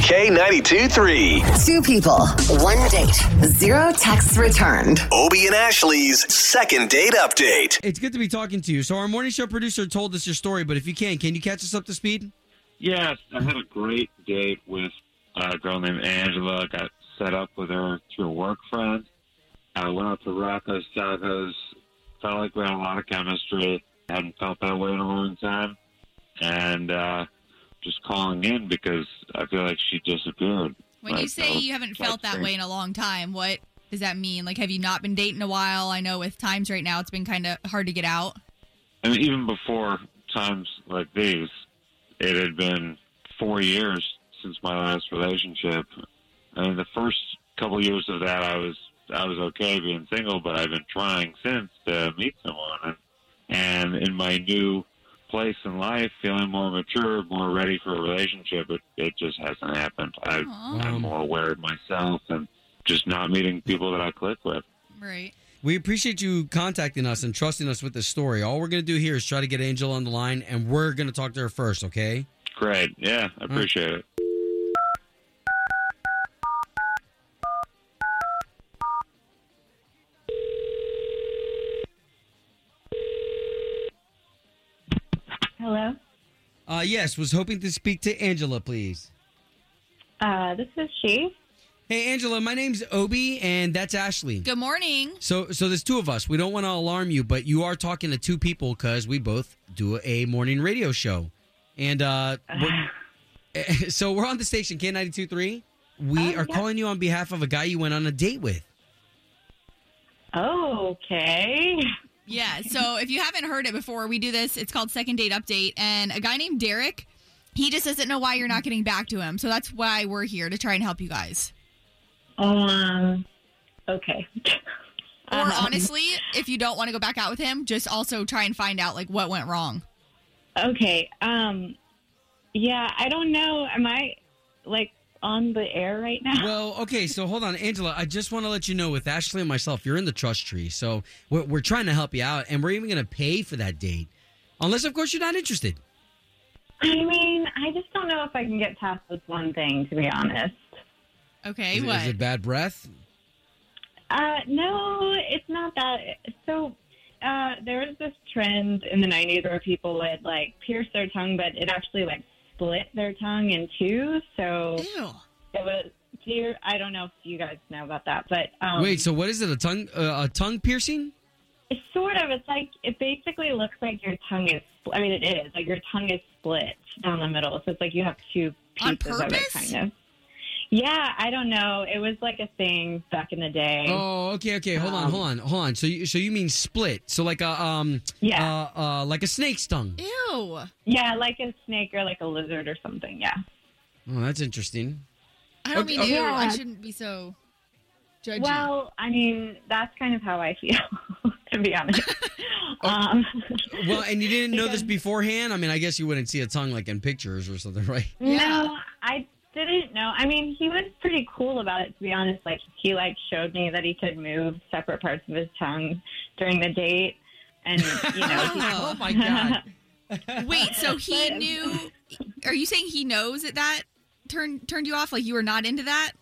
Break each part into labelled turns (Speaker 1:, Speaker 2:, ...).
Speaker 1: K92 3.
Speaker 2: Two people, one date, zero texts returned.
Speaker 1: Obie and Ashley's second date update.
Speaker 3: It's good to be talking to you. So our morning show producer told us your story, but if you can, can you catch us up to speed?
Speaker 4: Yes, I had a great date with a girl named Angela. I got set up with her through a work friend. I went out to Rocco's Tacos. Felt like we had a lot of chemistry. Hadn't felt that way in a long time. And uh, just calling in because I feel like she disappeared.
Speaker 5: When you
Speaker 4: Like,
Speaker 5: say
Speaker 4: I was,
Speaker 5: you haven't
Speaker 4: like,
Speaker 5: felt that
Speaker 4: thinking-
Speaker 5: way in a long time, what does that mean? Like, have you not been dating a while? I know with times right now, it's been kind of hard to get out.
Speaker 4: I mean, even before times like these, it had been four years since my last relationship. I mean, the first couple years of that, I was I was okay being single, but I've been trying since to meet someone. And in my new place in life, feeling more mature, more ready for a relationship, it, it just hasn't happened. I,
Speaker 5: Aw.
Speaker 3: Um,
Speaker 4: I'm more aware of myself and just not meeting people that I click with.
Speaker 5: Right.
Speaker 3: We appreciate you contacting us and trusting us with this story. All we're going to do here is try to get Angel on the line, and we're going to talk to her first, okay?
Speaker 4: Great, yeah, I appreciate it.
Speaker 6: Hello.
Speaker 3: Uh, yes, was hoping to speak to Angela, please.
Speaker 6: Uh, this is she.
Speaker 3: Hey, Angela, my name's Obi, and that's Ashley.
Speaker 5: Good morning.
Speaker 3: So, so there's two of us. We don't want to alarm you, but you are talking to two people because we both do a morning radio show, and uh, we're- so we're on the station K ninety two three. We
Speaker 6: Oh,
Speaker 3: are
Speaker 6: yeah.
Speaker 3: calling you on behalf of a guy you went on a date with.
Speaker 6: Okay.
Speaker 5: Yeah. So if you haven't heard it before, we do this. It's called Second Date Update. And a guy named Derek, he just doesn't know why you're not getting back to him. So that's why we're here to try and help you guys.
Speaker 6: Um. Okay.
Speaker 5: Or
Speaker 6: Um,
Speaker 5: honestly, if you don't want to go back out with him, just also try and find out like what went wrong.
Speaker 6: Okay. Um. Yeah, I don't know. Am I like on the air right now?
Speaker 3: Well, okay, so hold on, Angela. I just want to let you know with Ashley and myself, you're in the trust tree, so we're, we're trying to help you out, and we're even going to pay for that date, unless of course you're not interested.
Speaker 6: I mean, I just don't know if I can get past this one thing, to be honest.
Speaker 5: Okay.
Speaker 3: is, it-
Speaker 5: what?
Speaker 3: is it bad breath?
Speaker 6: Uh, no, it's not that. So, uh, there was this trend in the '90s where people would like pierce their tongue, but it actually like split their tongue in two. So.
Speaker 5: Ew.
Speaker 6: It was dear. I don't know if you guys know about that, but um,
Speaker 3: Wait, so what is it? A tongue, uh, a tongue piercing?
Speaker 6: it's sort of. It's like it basically looks like your tongue is. spl- I mean, it is like your tongue is split down the middle, so it's like you have two
Speaker 5: On
Speaker 6: pieces of it,
Speaker 5: purpose?
Speaker 6: kind of. Yeah, I don't know. It was like a thing back in the day.
Speaker 3: Oh, okay, okay. Hold on,
Speaker 6: Um,
Speaker 3: hold on, hold on. So, you, so you mean split? So like a um,
Speaker 6: yeah,
Speaker 3: uh, uh, like a snake's tongue.
Speaker 5: Ew.
Speaker 6: yeah, like a snake or like a lizard or something. Yeah.
Speaker 3: Oh, that's interesting.
Speaker 5: I don't
Speaker 3: Okay,
Speaker 5: mean
Speaker 6: okay.
Speaker 5: ew. I
Speaker 6: Yeah.
Speaker 5: shouldn't be so judgy.
Speaker 6: Well, I mean, that's kind of how I feel, to be honest. um,
Speaker 3: Well, and you didn't know this
Speaker 6: Because-
Speaker 3: beforehand. I mean, I guess you wouldn't see a tongue like in pictures or something, right?
Speaker 5: Yeah.
Speaker 6: No, I didn't know. I mean, he was pretty cool about it, to be honest. Like, he like showed me that he could move separate parts of his tongue during the date, and you know, he-
Speaker 5: Oh.
Speaker 3: my god.
Speaker 5: Wait, so he
Speaker 6: But-
Speaker 5: knew? Are you saying he knows that that turned turned you off? Like you were not into that?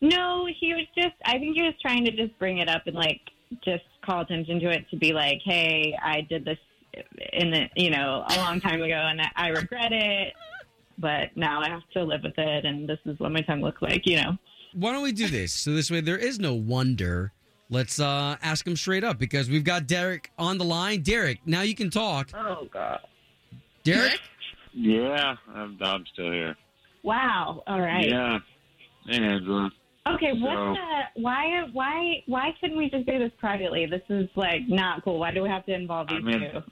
Speaker 6: no, he was just. I think he was trying to just bring it up and like just call attention to it to be like, hey, I did this in the you know a long time ago, and I, I regret it. But now I have to live with it, and this is what my tongue looks like, you know.
Speaker 3: Why don't we do this? So this way there is no wonder. Let's uh, ask him straight up because we've got Derek on the line. Derek, now you can talk.
Speaker 6: Oh God!
Speaker 3: Derek,
Speaker 4: Yeah, I'm, I'm still here.
Speaker 6: Wow! All right.
Speaker 4: Yeah. Hey, Angela.
Speaker 6: Okay, what
Speaker 4: So-
Speaker 6: the, why why why couldn't we just do this privately? This is like not cool. Why do we have to involve
Speaker 4: I
Speaker 6: these
Speaker 4: mean-
Speaker 6: two?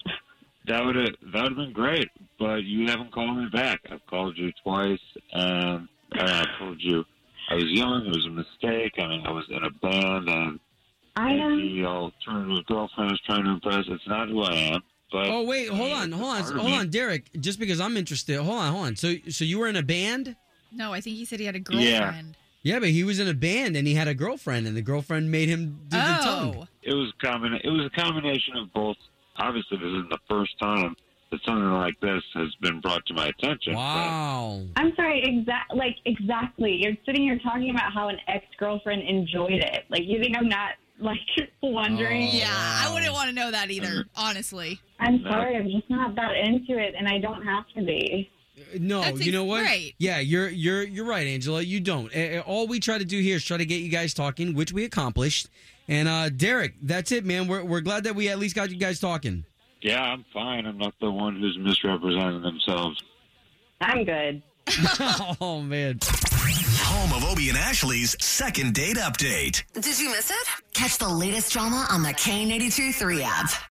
Speaker 4: That would have that would have been great, but you haven't called me back. I've called you twice, and I, mean, I told you I was young. It was a mistake. I mean, I was in a band, and
Speaker 6: I am
Speaker 4: the alternative girlfriend I was trying to impress. It's not who I am. But
Speaker 3: Oh wait, hold on, hold on, hold on, Derek. Just because I'm interested, hold on, hold on. So, so you were in a band?
Speaker 5: No, I think he said he had a
Speaker 4: Yeah.
Speaker 5: girlfriend.
Speaker 3: Yeah, but he was in a band and he had a girlfriend, and the girlfriend made him do the tongue.
Speaker 5: Oh,
Speaker 4: It was common. It was a combination of both. Obviously, this isn't the first time that something like this has been brought to my attention.
Speaker 3: Wow.
Speaker 6: I'm sorry, exact like exactly. You're sitting here talking about how an ex girlfriend enjoyed it. Like you think I'm not like wondering.
Speaker 3: Oh,
Speaker 5: Yeah, I
Speaker 3: wow.
Speaker 5: wouldn't want to know that either, honestly.
Speaker 6: I'm
Speaker 4: No.
Speaker 6: sorry, I'm just not that into it, and I don't have to be.
Speaker 3: No,
Speaker 5: That's
Speaker 3: you know what?
Speaker 5: right.
Speaker 3: Yeah, you're you're you're right, Angela. You don't. Eh, eh, All we try to do here is try to get you guys talking, which we accomplished. And uh Derek, that's it, man. We're we're glad that we at least got you guys talking.
Speaker 4: But, yeah, I'm fine. I'm not the one who's misrepresenting themselves.
Speaker 6: I'm good.
Speaker 3: oh man.
Speaker 1: Home of Obie and Ashley's second date update.
Speaker 2: Did you miss it? Catch the latest drama on the K82 3 app.